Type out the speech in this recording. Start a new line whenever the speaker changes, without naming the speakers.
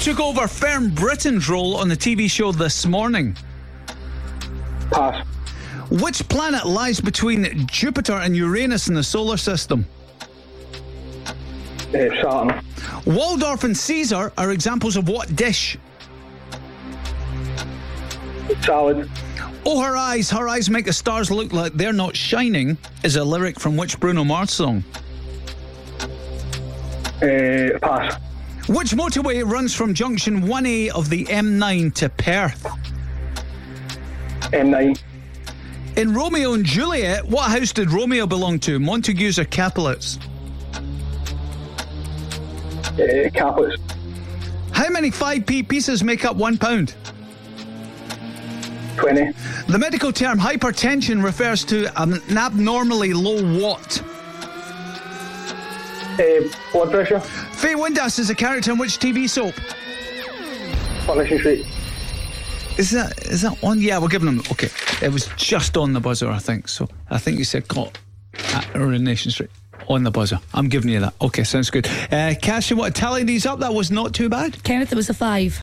took over Fern Britton's role on the TV show this morning?
Pass.
Which planet lies between Jupiter and Uranus in the solar system?
Uh, Saturn.
Waldorf and Caesar are examples of what dish?
Salad.
Oh, her eyes, her eyes make the stars look like they're not shining, is a lyric from which Bruno Mars song?
Uh, pass.
Which motorway runs from junction 1A of the M9 to Perth?
M9.
In Romeo and Juliet, what house did Romeo belong to, Montagues or Capulets?
Uh, Capitals.
How many 5p pieces make up one pound?
20.
The medical term hypertension refers to an abnormally low what?
Uh, blood pressure.
Faye Windass is a character in which TV soap?
Coronation Street.
Is that is that on? Yeah, we're giving them. Okay, it was just on the buzzer, I think. So I think you said caught at Nation Street on the buzzer. I'm giving you that. Okay, sounds good. Uh, Cash, you want to tally these up? That was not too bad.
Kenneth, it was a five.